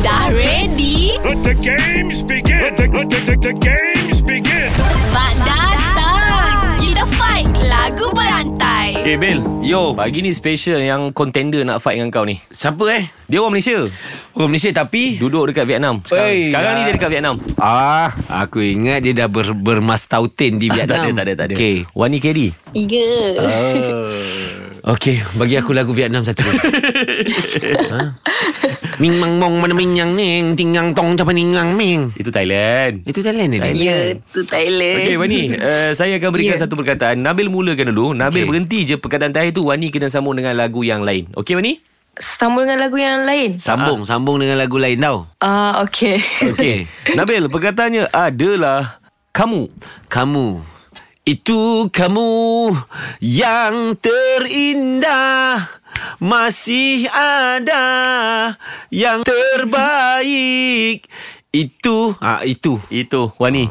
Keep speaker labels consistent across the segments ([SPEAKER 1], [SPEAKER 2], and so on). [SPEAKER 1] Dah ready?
[SPEAKER 2] Let the games begin. Let the, let the, the, the games begin.
[SPEAKER 1] Mak datang! Kita fight lagu berantai.
[SPEAKER 3] Okay Bil
[SPEAKER 4] Yo,
[SPEAKER 3] Pagi ni special yang contender nak fight dengan kau ni
[SPEAKER 4] siapa eh?
[SPEAKER 3] Dia orang Malaysia
[SPEAKER 4] Orang Malaysia tapi
[SPEAKER 3] Duduk dekat Vietnam Sekarang,
[SPEAKER 4] Oi,
[SPEAKER 3] sekarang ni
[SPEAKER 4] dah.
[SPEAKER 3] dia dekat Vietnam
[SPEAKER 4] Ah, aku ingat dia dah ber, bermastautin di
[SPEAKER 3] Ya, Ah, Tak ada
[SPEAKER 4] Vietnam.
[SPEAKER 3] tak ada tak ada
[SPEAKER 4] Okay.
[SPEAKER 3] Wani Kerry
[SPEAKER 5] Tiga
[SPEAKER 4] Okay, bagi aku lagu Vietnam satu. ha? Ming mang mong mana minyang neng tingang tong capa ningang ming.
[SPEAKER 3] Itu Thailand
[SPEAKER 4] Itu Thailand
[SPEAKER 5] Ya
[SPEAKER 4] ni.
[SPEAKER 5] yeah, tu Thailand
[SPEAKER 3] Okay Wani uh, Saya akan berikan
[SPEAKER 5] Ya.
[SPEAKER 3] satu perkataan Nabil mulakan dulu
[SPEAKER 4] Okey.
[SPEAKER 3] Nabil berhenti je perkataan terakhir tu Wani kena sambung dengan lagu yang lain Okay Wani?
[SPEAKER 5] Sambung dengan lagu yang
[SPEAKER 3] Ah.
[SPEAKER 5] lain
[SPEAKER 4] Sambung, sambung dengan lagu lain tau.
[SPEAKER 5] Ah, okay
[SPEAKER 3] Okay Nabil perkataannya adalah Kamu
[SPEAKER 4] Kamu Itu kamu yang terindah Masih ada yang terbaik Itu ah itu
[SPEAKER 3] Itu Wani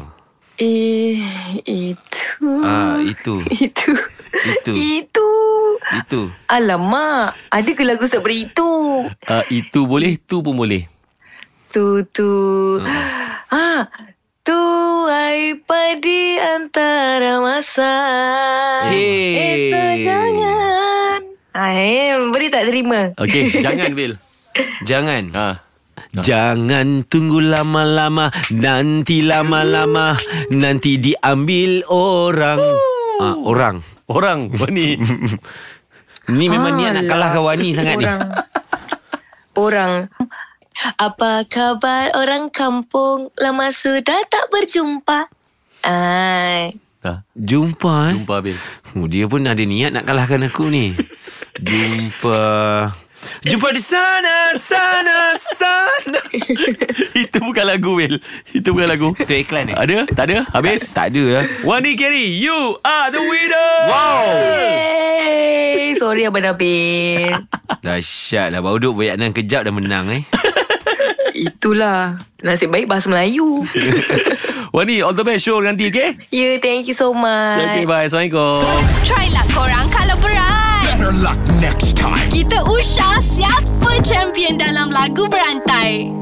[SPEAKER 5] Eh, itu
[SPEAKER 4] Ah, itu.
[SPEAKER 5] Itu
[SPEAKER 4] Itu.
[SPEAKER 5] Itu
[SPEAKER 4] itu
[SPEAKER 5] Alamak Ada ke lagu seperti itu
[SPEAKER 3] uh, Itu boleh Tu pun boleh
[SPEAKER 5] Tu tu
[SPEAKER 4] Hmm.
[SPEAKER 5] Ah Tuai padi antara masa
[SPEAKER 4] Cik.
[SPEAKER 5] Esok jangan Ay, boleh tak terima?
[SPEAKER 3] Okay Jangan Bil
[SPEAKER 4] Jangan
[SPEAKER 3] ha.
[SPEAKER 4] Jangan tunggu lama-lama Nanti lama-lama Nanti diambil orang ah, Orang
[SPEAKER 3] Orang Wani
[SPEAKER 4] Ni memang niat nak
[SPEAKER 5] Alah.
[SPEAKER 4] kalah kawan ni sangat ni
[SPEAKER 5] orang. Orang. Apa khabar orang kampung? Lama sudah tak berjumpa. Ai.
[SPEAKER 3] ha.
[SPEAKER 4] Jumpa eh
[SPEAKER 3] Jumpa Bil
[SPEAKER 4] Oh, dia pun ada niat nak kalahkan aku ni. Jumpa. Jumpa di sana, sana, sana.
[SPEAKER 3] Itu bukan lagu Bil Itu bukan lagu
[SPEAKER 4] Itu iklan ni?
[SPEAKER 3] Ada? Tak ada? Habis?
[SPEAKER 4] Tak ada lah.
[SPEAKER 3] Wani Kerry You are the winner
[SPEAKER 4] Wow.
[SPEAKER 5] Yeay. Sorry Abang Nabil.
[SPEAKER 4] Dahsyat lah. Baru duduk Vietnam kejap dah menang eh.
[SPEAKER 5] Itulah. Nasib baik bahasa Melayu.
[SPEAKER 3] Wani all the best show nanti okay?
[SPEAKER 5] yeah, thank you so much.
[SPEAKER 3] Okay bye Assalamualaikum
[SPEAKER 1] Try lah korang kalau berat.
[SPEAKER 2] Better luck next time.
[SPEAKER 1] Kita usah siapa champion dalam lagu berantai.